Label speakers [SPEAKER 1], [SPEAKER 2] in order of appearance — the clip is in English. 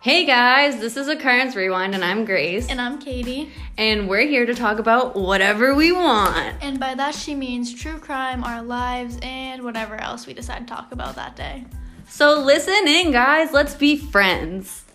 [SPEAKER 1] Hey guys, this is Occurrence Rewind, and I'm Grace,
[SPEAKER 2] And I'm Katie.
[SPEAKER 1] and we're here to talk about whatever we want.
[SPEAKER 2] And by that, she means true crime, our lives, and whatever else we decide to talk about that day.
[SPEAKER 1] So listen in, guys, let's be friends.